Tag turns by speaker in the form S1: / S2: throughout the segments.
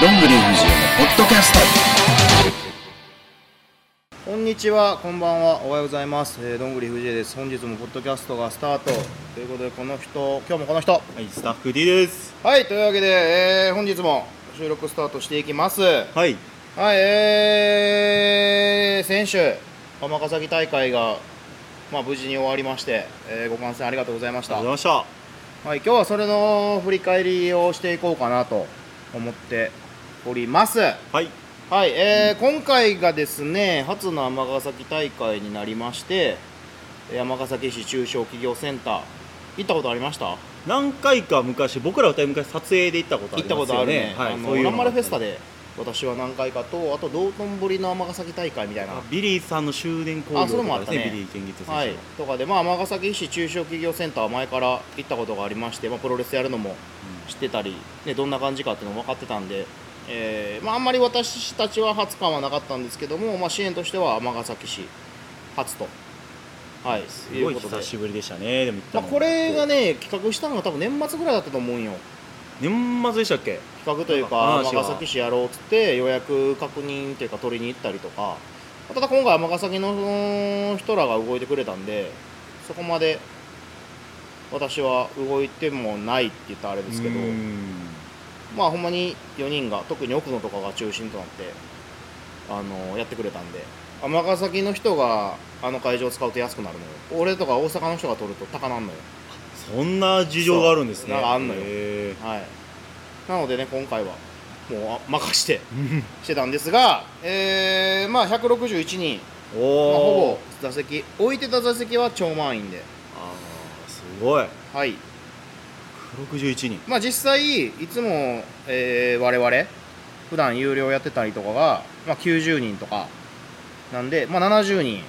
S1: どんぐり藤枝のポッドキャスト
S2: こんにちは、こんばんは、おはようございます。えー、どんぐり藤江です。本日もポッドキャストがスタートということで、この人、今日もこの人。
S3: はい、スタッフ D です。
S2: はい、というわけで、えー、本日も収録スタートしていきます。はい、
S3: はい。
S2: えー、先週、尼崎大会が、まあ、無事に終わりまして、えー、ご観戦ありがとうございまし
S3: あ
S2: た。
S3: りがとうござい
S2: はい、
S3: ました。
S2: 今日はそれの振り返りをしていこうかなと思っております。
S3: はい。
S2: はい、えー今回がですね初の尼崎大会になりましてえー尼崎市中小企業センター行ったことありました
S3: 何回か昔、僕ら歌い昔撮影で行ったことあ
S2: 行っ
S3: り
S2: た
S3: ま
S2: こ
S3: す
S2: とあ
S3: よ
S2: るね
S3: ね。
S2: あ
S3: はい。
S2: のランマルフェスタ
S3: で。
S2: で私は何回かとあと道頓堀の尼崎大会みたいな
S3: ビリーさんの終電工
S2: あそれ
S3: 業
S2: もあ
S3: と
S2: っ
S3: か
S2: た
S3: です
S2: ね
S3: ね、ビリー健月選手の。
S2: はい、とかで、まあ、尼崎市中小企業センターは前から行ったことがありまして、まあ、プロレスやるのも知ってたり、ね、どんな感じかっていうのも分かってたんで、えーまあ、あんまり私たちは初感はなかったんですけども、まあ、支援としては尼崎市初と、はい、
S3: すごい
S2: ことで
S3: 久、しぶりでしたね。でも行った
S2: まあ、
S3: の
S2: これがね企画したのが多分年末ぐらいだったと思うんよ
S3: 年末でしたっけ
S2: 企画という
S3: な
S2: か
S3: んか話が
S2: 尼崎市やろうっつって予約確認というか取りに行ったりとかただ今回尼崎のその人らが動いてくれたんでそこまで私は動いてもないって言ったらあれですけど
S3: うーん
S2: まあほんまに4人が特に奥野とかが中心となってあのやってくれたんで尼崎の人があの会場を使うと安くなるのよ俺とか大阪の人が取ると高なんのよ
S3: そんな事情があるんです
S2: そう
S3: ね。
S2: なんかあんのよ
S3: へ
S2: はい、なのでね今回はもうあ任してしてたんですが、えーまあ、161人、
S3: ー。
S2: まあ
S3: お
S2: ほぼ
S3: お。
S2: 座席置いてた座席は超満員で、
S3: あーすごい。
S2: はい
S3: 161人。
S2: まあ、実際いつも、えー、我々普段有料やってたりとかが、まあ、90人とかなんで、まあ、70人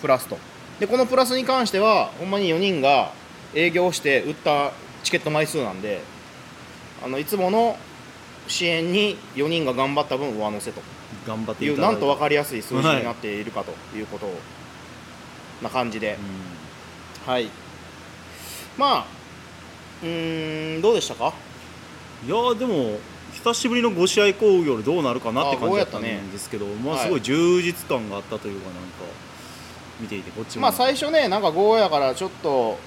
S2: プラスとでこのプラスに関してはほんまに4人が営業して売ったチケット枚数なんであのいつもの支援に4人が頑張った分上乗せと
S3: 頑張って
S2: い
S3: いうただ
S2: ないん
S3: て
S2: と分かりやすい数字になっているかということをな感じで
S3: う、ん
S2: はい、まあうーんどうでしたか
S3: いやーでも久しぶりの5試合興行でどうなるかなって感じだった
S2: あーこうやったね
S3: んですけど、まあ
S2: はい
S3: すごい充実感があったというかなんか見ていてこっちも
S2: まあ最初ねなんかゴーヤからちょっと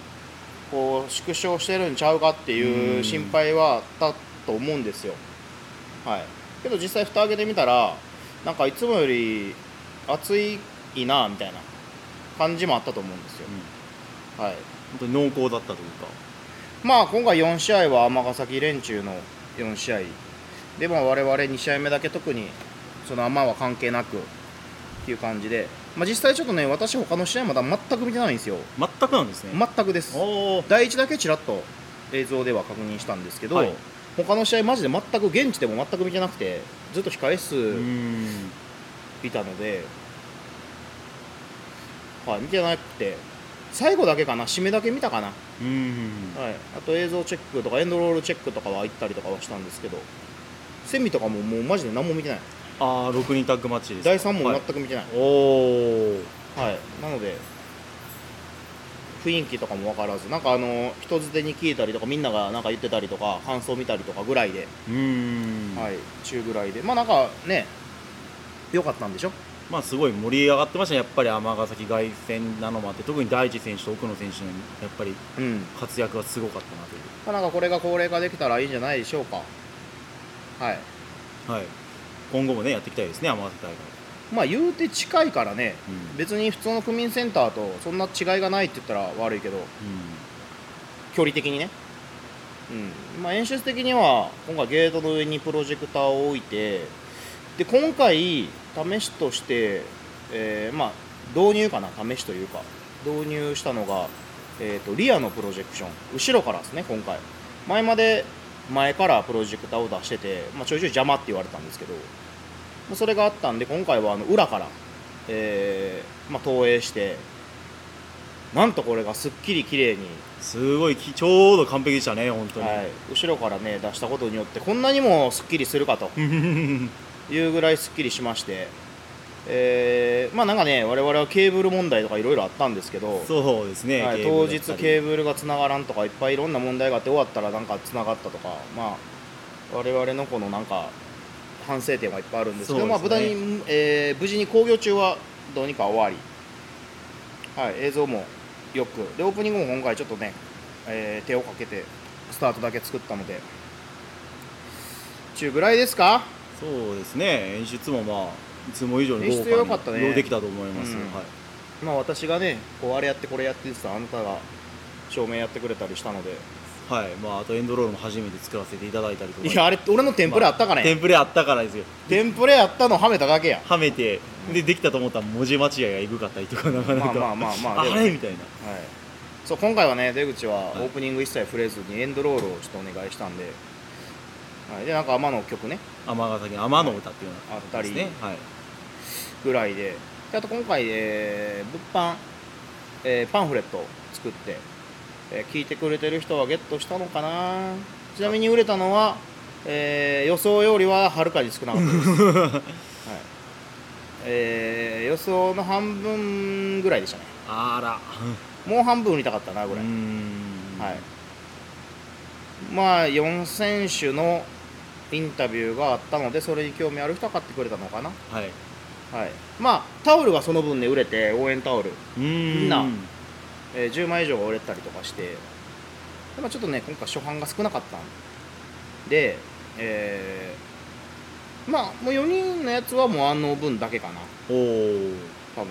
S2: こう縮小してるんちゃうかっていううん心配はあったと思うんですよはいけど実際蓋開けてみたらなんかいつもより暑いなみたいな感じもあったと思うんですよ
S3: う、ん
S2: はい
S3: 本当に濃厚だったというか
S2: まあ今回4試合は尼崎連中の4試合でまあ我々2試合目だけ特にそのあんまは関係なくっていう感じで、まあ、実際ちょっとね私他の試合まだ全く見てないんですよ
S3: 全くなんですね、
S2: 全くです
S3: おお
S2: 第1だけちらっと映像では確認したんですけど、
S3: はい
S2: 他の試合マジで全く現地でも全く見てなくてずっと控え
S3: う
S2: 室
S3: ん
S2: いたので、はい、見てなくて最後だけかな締めだけ見たかな
S3: うん
S2: はい、あと映像チェックとかエンドロールチェックとかは行ったりとかはしたんですけどセミとかももうマジで何も見てない
S3: ああ6人タッグマッチです
S2: 第3問
S3: はい
S2: 全く見てない、
S3: おお
S2: はい、なので雰囲気とかも分からずなんかあの人づてに聞いたりとかみんながなんか言ってたりとか感想見たりとかぐらいで、
S3: うん、
S2: はい、中ぐらいでまあなんかね良かったんでしょ
S3: まあすごい盛り上がってましたねやっぱり尼崎凱旋なのもあって特に大地選手と奥野選手のやっぱり
S2: うん
S3: 活躍がすごかったなという
S2: まあなんかこれが高齢化できたらいいんじゃないでしょうかはい
S3: はい今後もねやっていきたいですね尼崎大会
S2: まあ言うて近いからね、
S3: うん
S2: 別に普通の区民センターとそんな違いがないって言ったら悪いけど
S3: うん
S2: 距離的にね、うんまあ、演出的には今回ゲートの上にプロジェクターを置いてで今回試しとして、えーまあ導入かな試しというか導入したのが、えー、とリアのプロジェクション後ろからですね今回前まで前からプロジェクターを出してて、まあ、ちょいちょい邪魔って言われたんですけどまあそれがあったんで今回はあの裏から、えーまあ、投影してなんとこれがすっきり綺麗に
S3: すごいきちょうど完璧でしたね本当に、
S2: はい、後ろからね出したことによってこんなにもすっきりする かというぐらいすっきりしまして、えーまあなんかね我々はケーブル問題とかいろいろあったんですけど、
S3: そうですね、
S2: はい、
S3: ゲーム
S2: 当
S3: だ
S2: 日
S3: ったり
S2: ケーブルがつながらんとかいっぱいいろんな問題があって終わったらなんかつながったとかまあ我々のこのなんか反省点はいっぱいあるんですけど
S3: そう
S2: ま
S3: で
S2: あ、無
S3: すね
S2: 駄に、えー無事に興行中はどうにか終わり、はい、映像もよくでオープニングも今回ちょっとね、えー手をかけてスタートだけ作ったので中ぐらいですか
S3: そうですね演出もまあいつも以上に
S2: 演出良かったね
S3: ようできたと思います、
S2: うん
S3: はい
S2: まあ私がねこうあれやってこれやってって言ってたあなたが照明やってくれたりしたので
S3: はいまあ、あとエンドロールも初めて作らせていただいたりとか
S2: いやあれ俺のテンプレあったか
S3: まあテ
S2: ね、
S3: ンプレあったからですよ
S2: テンプレあったのはめただけや
S3: はめてでできたと思ったら文字間違いがえぐかったりとかなかなか、
S2: まあまあまあまあでも
S3: あれみたいな
S2: はい、そう今回はね出口はオ
S3: い
S2: ープニング一切触れずにエンドロールをちょっとお願いしたんで、はい、でなんか天野曲ね
S3: 尼崎の天の歌っていうのが
S2: あったり
S3: ですね、はい、
S2: ぐらいでであと今回、えー物販、えーパンフレットを作って、えー聞いてくれてる人はゲットしたのかなちなみに売れたのは、えー予想よりははるかに少なかった です、はいえー予想の半分ぐらいでしたね
S3: あら
S2: もう半分売りたかったなぐ
S3: う
S2: らい、
S3: ん
S2: はい、まあ4選手のインタビューがあったのでそれに興味ある人は買ってくれたのかな、
S3: はい
S2: はい、まあタオルがその分で売れて応援タオル、
S3: うん
S2: んなえー10枚以上が売れたりとかしてで、まあ、ちょっとね今回初版が少なかったんで、えーまあもう4人のやつはもうあの分だけかな
S3: おお
S2: 多分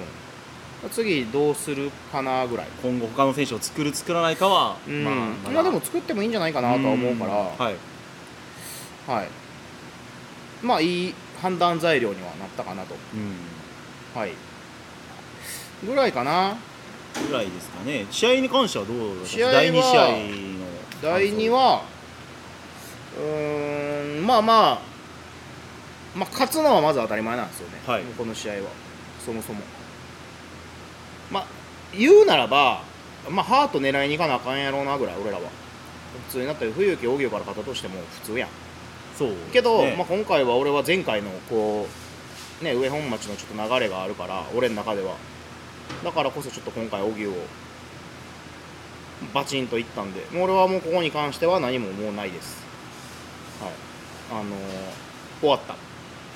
S2: 次どうするかなぐらい
S3: 今後他の選手を作る作らないかは、
S2: うん、
S3: ま
S2: ま
S3: あ
S2: あ、でも作ってもいいんじゃないか
S3: か
S2: なとは思うから、
S3: はい、
S2: はい、まあいい判断材料にはなったかなと、
S3: うん、
S2: はい、ぐらいかな、
S3: ぐらいですかね試合に関してはどうだったんです
S2: 試合
S3: か
S2: は
S3: 第2試合の
S2: 第2は、うーん、まあまあ、まあ、勝つのはまず当たり前なんですよね、
S3: はい
S2: この試合は、そもそも。まあ、言うならば、まあ、ハート狙いに行かなあかんやろうなぐらい、俺らは。普通になったり、冬木、荻生から勝ったとしても普通やん。
S3: そうですね、
S2: けど、まあ、今回は俺は前回のこう、ね、上本町のちょっと流れがあるから俺の中ではだからこそちょっと今回荻生をバチンといったんでもう俺はもうここに関しては何ももうないですはいあのー終わったっ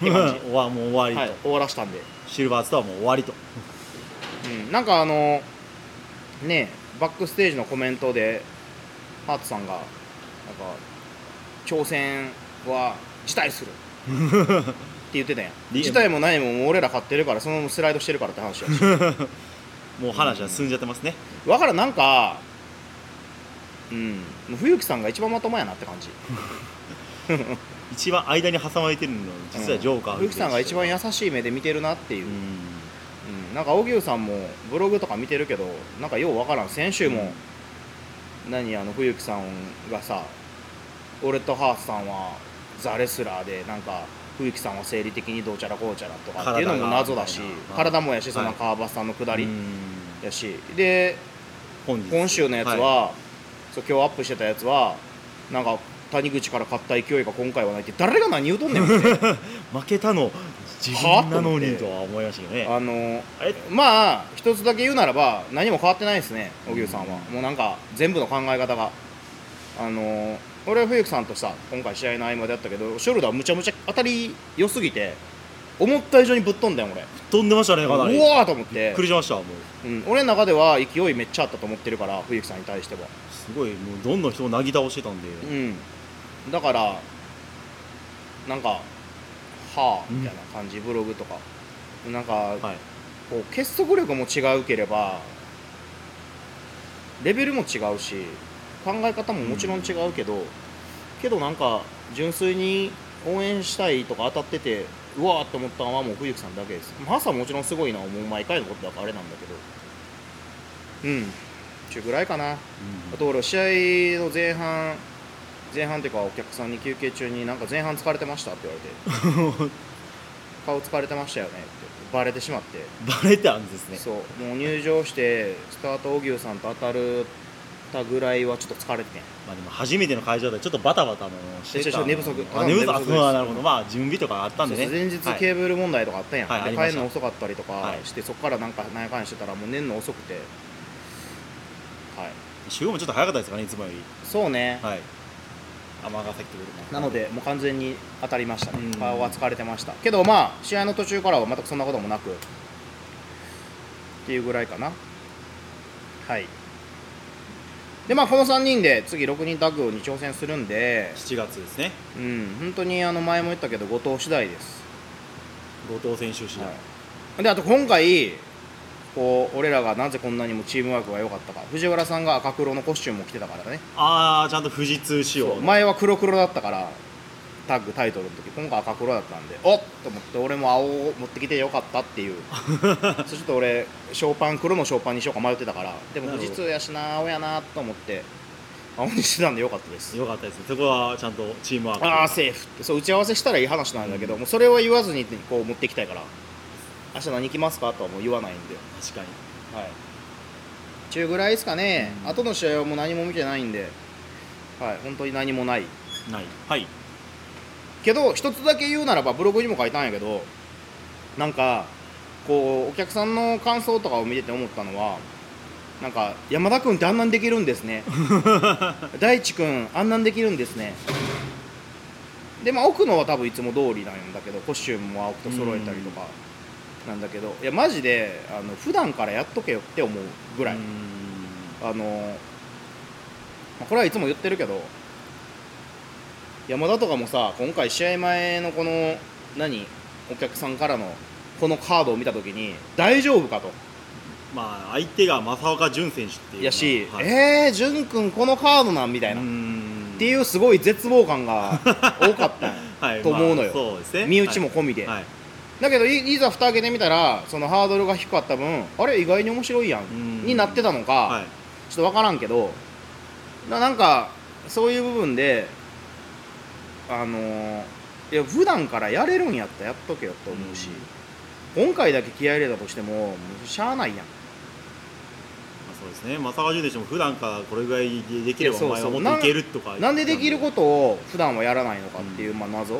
S2: て感じ
S3: 終わもう終わりと、
S2: はい、終わらしたんで、
S3: シルバーズとはもう終わりと
S2: うん、なんかあのーねバックステージのコメントでハートさんがなんか挑戦は辞退するって言ってたやん
S3: リ
S2: 自体も何ももう俺ら買ってるからそのままスライドしてるからって話やし
S3: もう話は進んじゃってますね、
S2: わからんなんかうんもう冬木さんが一番まともやなって感じ
S3: 一番間に挟まれてるのは実はジョーカー、
S2: うん冬木さんが一番優しい目で見てるなっていう、うんなんか荻生さんもブログとか見てるけどなんかようわからん先週も、何あの冬木さんがさ俺とハースさんはザレスラーでなんか冬木さんは生理的にどうちゃらこうちゃらとかっていうのも謎だし
S3: 体がみたいな
S2: 体もやしそ
S3: は
S2: の
S3: い
S2: 川端さんの下
S3: あ
S2: りやし、で
S3: 本日
S2: 今週のやつは、
S3: い
S2: そう今日アップしてたやつはなんか谷口から買った勢いが今回はないって誰が何言うとんねんって
S3: 負けたの自分なのにとは思いましたけどね
S2: あの
S3: あれ
S2: まあ一つだけ言うならば何も変わってないですね荻生さんは、もうなんか全部の考え方があの俺は冬木さんとさ今回試合の合間であったけどショルダーむちゃむちゃ当たり良すぎて思った以上にぶっ飛んだよ俺
S3: 飛んでましたね
S2: う
S3: かな
S2: わ
S3: り
S2: ーと思っ
S3: びってくりしましたもう
S2: うん、俺の中では勢いめっちゃあったと思ってるから冬木さんに対しては
S3: すごいもうどんどん人をなぎ倒してたんで、
S2: うん、だからなんか「はあ」みたいな感じ、ブログとかなんか、
S3: はい
S2: こう結束力も違うければレベルも違うし考え方ももちろん違うけど、けどなんか純粋に応援したいとか当たっててうわーって思ったのはもう冬木さんだけですハさんもちろんすごいのはもう毎回のことだからあれなんだけどうんちゅうぐらいかなあと俺試合の前半前半っていうかお客さんに休憩中になんか前半疲れてましたって言われ て顔疲れてましたよねってバレてしまって
S3: バレたんですね
S2: そうもう入場してスタート荻生さんと当たるたぐらいはちょっと疲れててん
S3: まあでも初めての会場でちょっとバタバタもして
S2: ちょち
S3: た
S2: ょ寝不足
S3: あ寝不足
S2: 寝不足です
S3: あなるほどまあ準備とかあったんでね
S2: そうそう前日
S3: はい
S2: ケーブル問題とかあったやん、
S3: はいあ
S2: で
S3: り
S2: 帰
S3: ました
S2: るの遅かったりとか
S3: はい
S2: して、そこからなんか何やかんやしてたらもう寝るの遅くてはい
S3: 集合もちょっと早かったですかねいつもより
S2: そうね、
S3: はい尼崎という
S2: なのでもう完全に当たりましたね、
S3: うん
S2: 顔は疲れてましたけどまあ試合の途中からは全くそんなこともなくっていうぐらいかなはいでまあこの3人で次6人タッグに挑戦するんで
S3: 7月ですね
S2: うん本当にあの前も言ったけど後藤次第です、
S3: 後藤選手次第、
S2: はい、であと今回こう俺らがなぜこんなにもチームワークが良かったか藤原さんが赤黒のコスチュームを着てたからね
S3: ああちゃんと富士通仕様
S2: 前は黒黒だったからタッグタイトルの時今回赤黒だったんでおっと思って俺も青を持ってきてよかったっていう そうちょっと俺ショーパン黒のショーパンにしようか迷ってたからでも
S3: なるほ
S2: 富
S3: ど
S2: 士通やしな青やなと思って青にしてたんでよかったです
S3: よかったですねそこはちゃんとチームワーク
S2: ああセーフってそう打ち合わせしたらいい話なんだけど、もうそれは言わずにこう持ってきたいから明日何来ますかとはもう言わないんで
S3: 確かに
S2: はい中ぐらいですかね、
S3: うん
S2: 後の試合はもう何も見てないんではい本当に何もない
S3: ないはい
S2: けど一つだけ言うならばブログにも書いたんやけどなんかこうお客さんの感想とかを見てて思ったのはなんか山田君ってあんなんできるんですね大地君あんなんできるんですねでまあ奥のは多分いつも通りなんだけどコスチュームも青くと揃えたりとかなんだけどいやマジであの普段からやっとけよって思うぐらい、
S3: うーん
S2: あのまあこれはいつも言ってるけど山田とかもさ今回試合前のこの何お客さんからのこのカードを見た時に大丈夫かと
S3: まあ相手が正岡潤選手っていう
S2: やし、
S3: はい
S2: えー、淳君このカードなんみたいうな、
S3: ー
S2: っ
S3: ん
S2: ていうすごい絶望感 が多かったんよ
S3: はい
S2: と思うの
S3: ま
S2: よ
S3: あそうですね
S2: 身内も込みで、
S3: はい、はい
S2: だけどいいざ蓋開けてみたらそのハードルが低かった分あれ意外に面白いやん
S3: ん
S2: になってたのか、
S3: はい
S2: ちょっと分からんけどななんかそういう部分であのーいや普段からやれるんやったらやっとけよと思うし、今回だけ気合い入れたとしてももうしゃあないやん
S3: まあそうですね正岡潤選手も普段からこれぐらいでできれば
S2: いやそう
S3: お前
S2: そう
S3: はもっといけるとか
S2: なんでできることを普段はやらないのかっていう、まあ、謎っ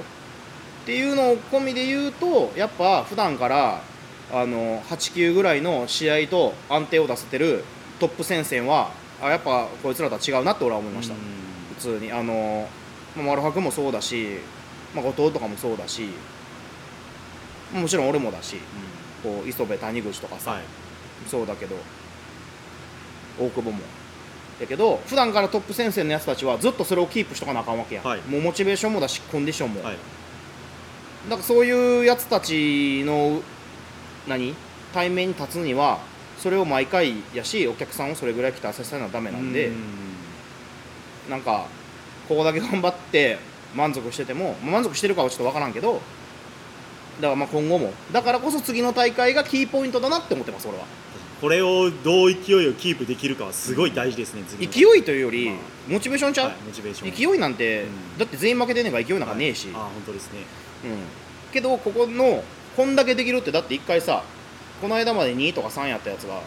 S2: ていうのを込みで言うとやっぱ普段からあの8級ぐらいの試合と安定を出せてるトップ戦線はあやっぱこいつらとは違うなって俺は思いました、
S3: うーん
S2: 普通にあのまあマルハクもそうだし、まあ、後藤とかもそうだしもちろん俺もだしこう磯部谷口とかさ、
S3: はい
S2: そうだけど大久保もだけど普段からトップ先生のやつたちはずっとそれをキープしとかなあかんわけやん、
S3: はい
S2: もうモチベーションもだしコンディションも、
S3: はい
S2: なんかそういうやつたちの何対面に立つにはそれを毎回やしお客さんをそれぐらい来てさせたのはダメなんで、
S3: うーん
S2: なんかここだけ頑張って満足しててもまあ満足してるかはちょっと分からんけどだからまあ今後もだからこそ次の大会がキーポイントだなって思ってます俺は
S3: これをどう勢いをキープできるかはすごい大事ですね、次の
S2: 勢いというより
S3: ま
S2: モチベーションちゃう、
S3: はい、モチベーション
S2: 勢いなんて、
S3: うん
S2: だって全員負けてんねんから勢いなんかねえし、
S3: はいあー本当ですね
S2: うん、けどここのこんだけできるってだって1回さこの間まで2とか3やったやつが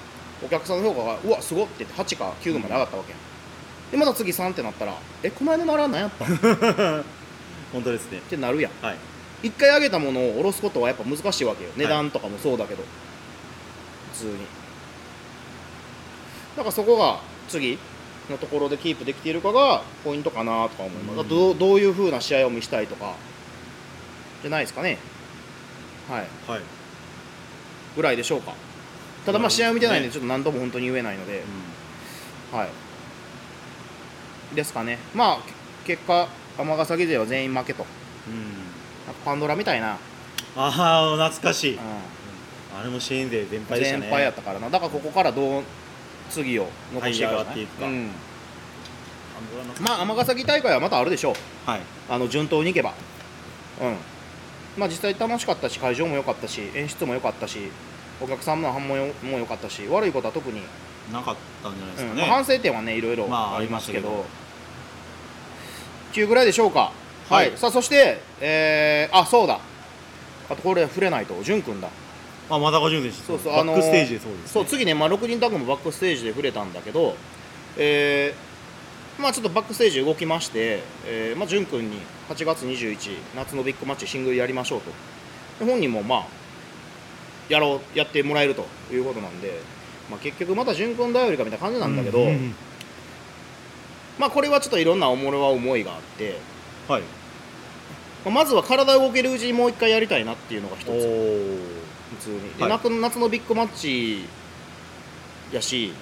S2: お客さんの評価がうわすごって言って8か9まで上がったわけやんでまた次3ってなったらえこの間のあれは何やったっ
S3: 本当ですね
S2: てなるやん
S3: はい
S2: 1回上げたものを下ろすことはやっぱ難しいわけよ値段とかもそうだけど、普通にだからそこが次のところでキープできているかがポイントかなとか思います、
S3: うん
S2: どうどういうふうな試合を見したいとかじゃないですかねはい
S3: はい、
S2: ぐらいでしょうかただまあ試合を見てないんで
S3: ね
S2: ちょっと何度も本当に言えないので、はいですかねまあけ結果尼崎勢は全員負けと
S3: うんうん、
S2: パンドラみたいな、
S3: ああ懐かしい、
S2: うん
S3: あれも支援勢全敗でした
S2: 全
S3: ね
S2: 敗やったからなだからここからどう次を残していくか,、
S3: はい上がっていくか
S2: うん、
S3: あの懐かしい
S2: まあ尼崎大会はまたあるでしょう
S3: はい
S2: あの順当にいけばうんまあ実際楽しかったし会場も良かったし演出も良かったしお客さんの反応もも良かったし悪いことは特に、
S3: なかったんじゃないで
S2: う
S3: すか
S2: ん
S3: ね、
S2: まあ反省点はねいろいろ
S3: まあ
S2: ありますけど,、
S3: ありま
S2: 中ぐらいでしょうかはい、
S3: はい
S2: さあそしてえー、あそうだあとこれ触れないと淳君だ
S3: まあ、まだ50選手
S2: そうそう、
S3: バ
S2: あの
S3: ックステージでそうです、ね、
S2: そう次ね、まあ、6人タッグもバックステージで触れたんだけど、えーまあ、ちょっとバックステージ動きまして、えーまあ、淳君に8月21夏のビッグマッチシングルやりましょうとで本人もまあやろうやってもらえるということなんで、まあ、結局また淳君頼りかみたいな感じなんだけど、
S3: うん
S2: まあ、これはちょっといろんなおもろは思いがあって、
S3: はい
S2: まあまずは体動けるうちにもう一回やりたいなっていうのが一
S3: お
S2: つ
S3: ー
S2: 普通に、で
S3: はい
S2: 夏の夏のビッグマッチやし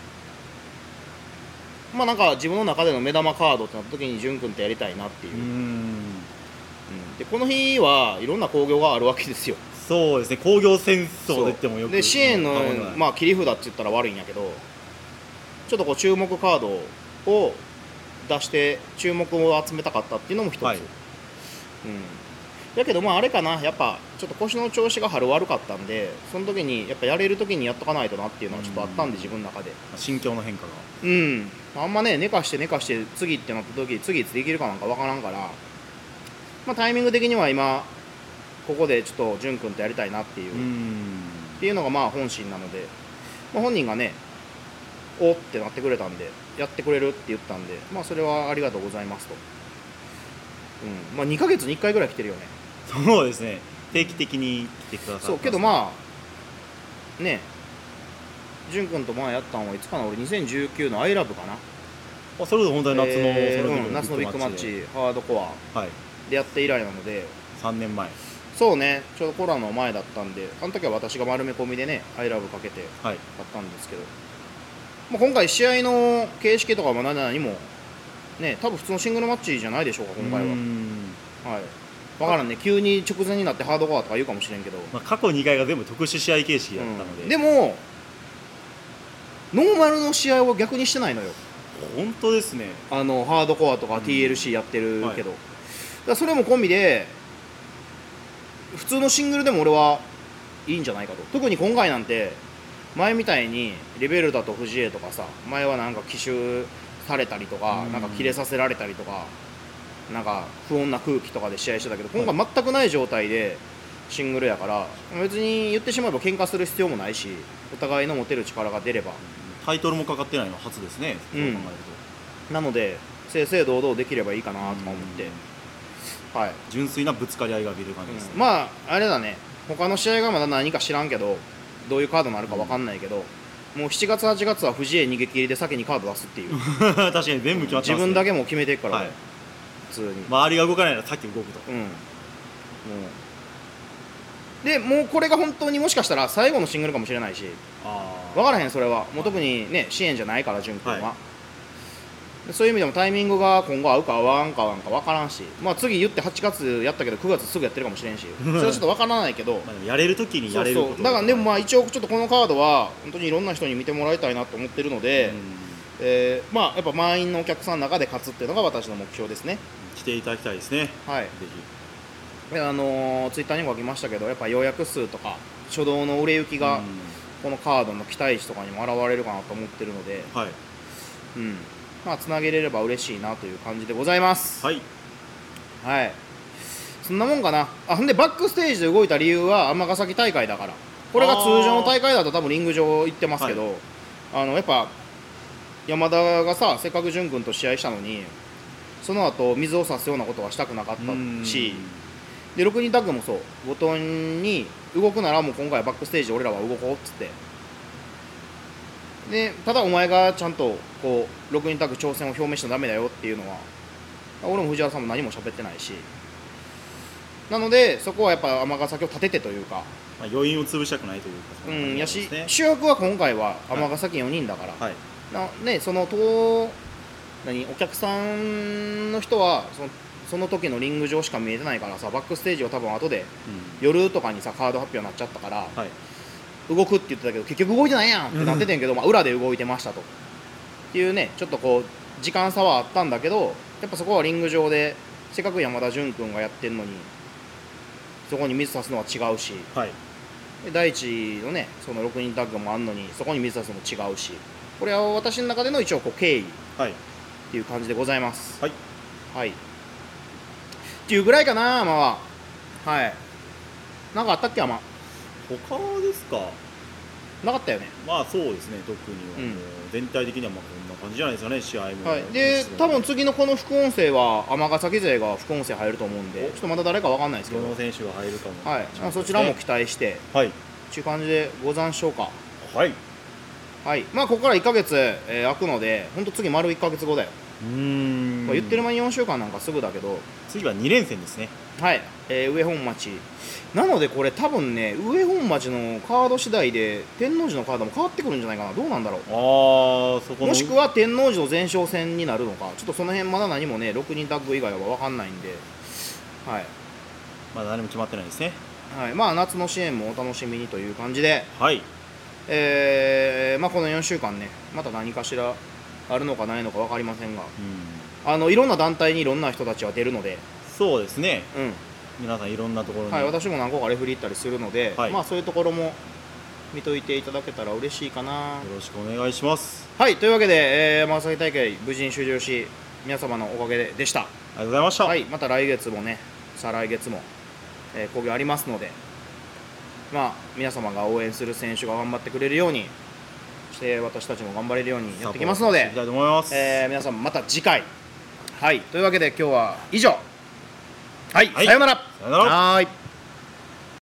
S2: まあなんか自分の中での目玉カードってなった時に潤君とやりたいなっていう
S3: ー
S2: う、
S3: ん
S2: でこの日はいろんな興行があるわけですよ
S3: そうですね工業戦争と言ってもよく
S2: で支援の
S3: 過言ではな、い
S2: まあ、切り札って言ったら悪いんやけどちょっとこう注目カードを出して注目を集めたかったっていうのも一つ、
S3: はい
S2: うん、だけどまああれかなやっぱちょっと腰の調子が春悪かったんでその時にやっぱやれる時にやっとかないとなっていうのはちょっとあったん
S3: うん
S2: で自分の中で
S3: 心境の変化が
S2: うんあんまね寝かして寝かして次ってなった時次いつできるかなんかわからんからまあタイミング的には今ここでちょっと潤君とやりたいなっていう
S3: うーん
S2: っていうのがまあ本心なので、まあ、本人がねおってなってくれたんでやってくれるって言ったんでまあそれはありがとうございますと、うんまあ、2ヶ月に1回ぐらい来てるよね
S3: そうですね定期的に来てくださった
S2: そうけどまあね潤君とまあやったんはいつかな俺2019の「アイラブかな
S3: あそれこそ本当に夏の、
S2: えー
S3: それ
S2: うん夏のビッグマッ
S3: で
S2: チハードコア
S3: はい
S2: でやって以来なので
S3: 3年前
S2: そうねちょうどコロナの前だったんであの時は私が丸め込みでね「アイラブかけて
S3: はい
S2: だったんですけど、まあ、今回、試合の形式とかも何々にも、ね、多分普通のシングルマッチじゃないでしょうか、今回
S3: うー
S2: は。
S3: ん
S2: はい、分からんね、急に直前になってハードコアとか言うかもしれんけど、
S3: まあ、過去2回が全部特殊試合形式だったので、
S2: うんでも、ノーマルの試合を逆にしてないのよ、
S3: 本当ですね
S2: あのハードコアとか
S3: うん
S2: TLC やってるけど、
S3: はい
S2: だからそれも込みで、普通のシングルでも俺はいいんじゃないかと、特に今回なんて、前みたいにリベルダと藤江とかさ、前はなんか奇襲されたりとか、
S3: うん
S2: なんか切れさせられたりとか、なんか不穏な空気とかで試合してたけど、今回、全くない状態で。シングルやから別に言ってしまえば喧嘩する必要もないしお互いの持てる力が出れば
S3: タイトルもかかってないのは初ですね、
S2: うん
S3: そう考
S2: なので正々堂々できればいいか
S3: え
S2: な
S3: る
S2: と
S3: と
S2: か思って、はい、
S3: 純粋なぶつかり合いが見れる感じですね、
S2: うんまああれだね他の試合がまだ何か知らんけどどういうカードになるか分かんないけど、もう7月8月は藤井逃げ切りで先にカード出すっていう
S3: 確かに全部決まってます、ね、
S2: 自分だ
S3: け
S2: けもう決めていくから、
S3: はい、
S2: 普通に、
S3: 周りが動かないなら先動くと、
S2: うんもうでもうこれが本当にもしかしたら最後のシングルかもしれないし
S3: あ
S2: 分からへんそれはもう特にね支援じゃないから潤君は、
S3: は
S2: でそういう意味でもタイミングが今後合うか合わんかなんか分からんし、まあ、次言って8月やったけど9月すぐやってるかもしれんしそれはちょっと分からないけど
S3: まあ、でもやれる時に
S2: そ
S3: や
S2: う
S3: れる
S2: そ
S3: こと
S2: うだからでもまあ一応ちょっとこのカードは本当にいろんな人に見てもらいたいなと思ってるので、
S3: うん
S2: えーまあやっぱ満員のお客さんの中で勝つっていうのが私の目標ですね
S3: 来ていただきたいですねぜ
S2: はい
S3: ひ
S2: であのーツイッターにも書きましたけどやっぱ予約数とか初動の売れ行き
S3: う
S2: が
S3: ん
S2: このカードの期待値とかにも表れるかなと思ってるので
S3: はい、
S2: うんまあつなげれれば嬉しいなという感じでございます
S3: はい、
S2: はいそんなもんかなあほんでバックステージで動いた理由は尼崎大会だからこれが通常の大会だと多分リング上行ってますけど、あのやっぱ山田がさせっかく潤君と試合したのにその後水を差すようなことはしたくなかったしで6人タッグもそう後藤に動くならもう今回はバックステージで俺らは動こうっつってでただお前がちゃんとこう6人タッグ挑戦を表明しちゃダメだよっていうのは俺も藤原さんも何も喋ってないしなのでそこはやっぱ尼崎を立ててというか、
S3: まあ、余韻を潰したくないというかそ
S2: うん
S3: な感じ
S2: ん、やし、
S3: ですね
S2: 主役は今回は尼崎4人だから、
S3: はい
S2: なね、そのと何お客さんの人はそのその時のリング上しか見えてないからさバックステージは多分後で
S3: うん
S2: 夜とかにさカード発表になっちゃったから
S3: はい、
S2: 動くって言ってたけど結局動いてないやんってなっててんけど、まあ、裏で動いてましたとっていうねちょっとこう時間差はあったんだけどやっぱそこはリング上でせっかく山田純君がやってんのにそこに水差すのは違うし
S3: はい、
S2: で第一のねその6人タッグもあんのにそこに水差すのも違うしこれは私の中での一応こう経緯
S3: はい、
S2: っていう感じでございます
S3: はい
S2: はいっていうぐらいかなまあはいなんかあったっけま
S3: 他ですか
S2: なかったよね
S3: まあそうですね特には、
S2: うん
S3: もう全体的にはまあこんな感じじゃないですかね試合も、
S2: はいで
S3: そう
S2: 多分次のこの副音声は尼崎勢が副音声入ると思うんで
S3: お
S2: ちょっとまだ誰かわかんないですけ
S3: ど
S2: ど
S3: の選手が入るかも、
S2: はいまあそちらも期待して
S3: はい
S2: っていう感じでござんしょうか
S3: はい
S2: はいまあここから1ヶ月、えー空くので本当次丸1ヶ月後だよ
S3: うーん
S2: まあ、言ってる間に4週間なんかすぐだけど、
S3: 次は2連戦ですね
S2: はい、えー上本町なのでこれ多分ね上本町のカード次第で天王寺のカードも変わってくるんじゃないかなどうなんだろ
S3: ああそこ
S2: う
S3: の
S2: もしくは天王寺の前哨戦になるのかちょっとその辺まだ何もね6人タッグ以外は分かんないんではい、
S3: まだ何も決まってないですね
S2: はい、まあ夏の支援もお楽しみにという感じで、
S3: はい
S2: えーまあ、この4週間ねまた何かしらあるのかないのか分かりませんが
S3: うん
S2: あのいろんな団体にいろんな人たちは出るので、
S3: そうですね
S2: うん、
S3: 皆さんいろんなところに、
S2: はい、私も何個かレフリー行ったりするので、
S3: はい
S2: まあそういうところも見といていただけたら嬉しいかな。
S3: よろしくお願いします
S2: はい、というわけで、えー、マラソン大会無事に終了し、皆様のおかげででした。
S3: ありがとうございました、
S2: はい、また来月もね、再来月も、えー、興行ありますので、まあ皆様が応援する選手が頑張ってくれるように、そして私たちも頑張れるようにやってきますの
S3: サポートしていき
S2: で、
S3: たいと思います、
S2: えー、皆さんまた次回。はい、というわけで今日は以上。はい、
S3: はい
S2: さようなら。
S3: さようなら
S2: はーい。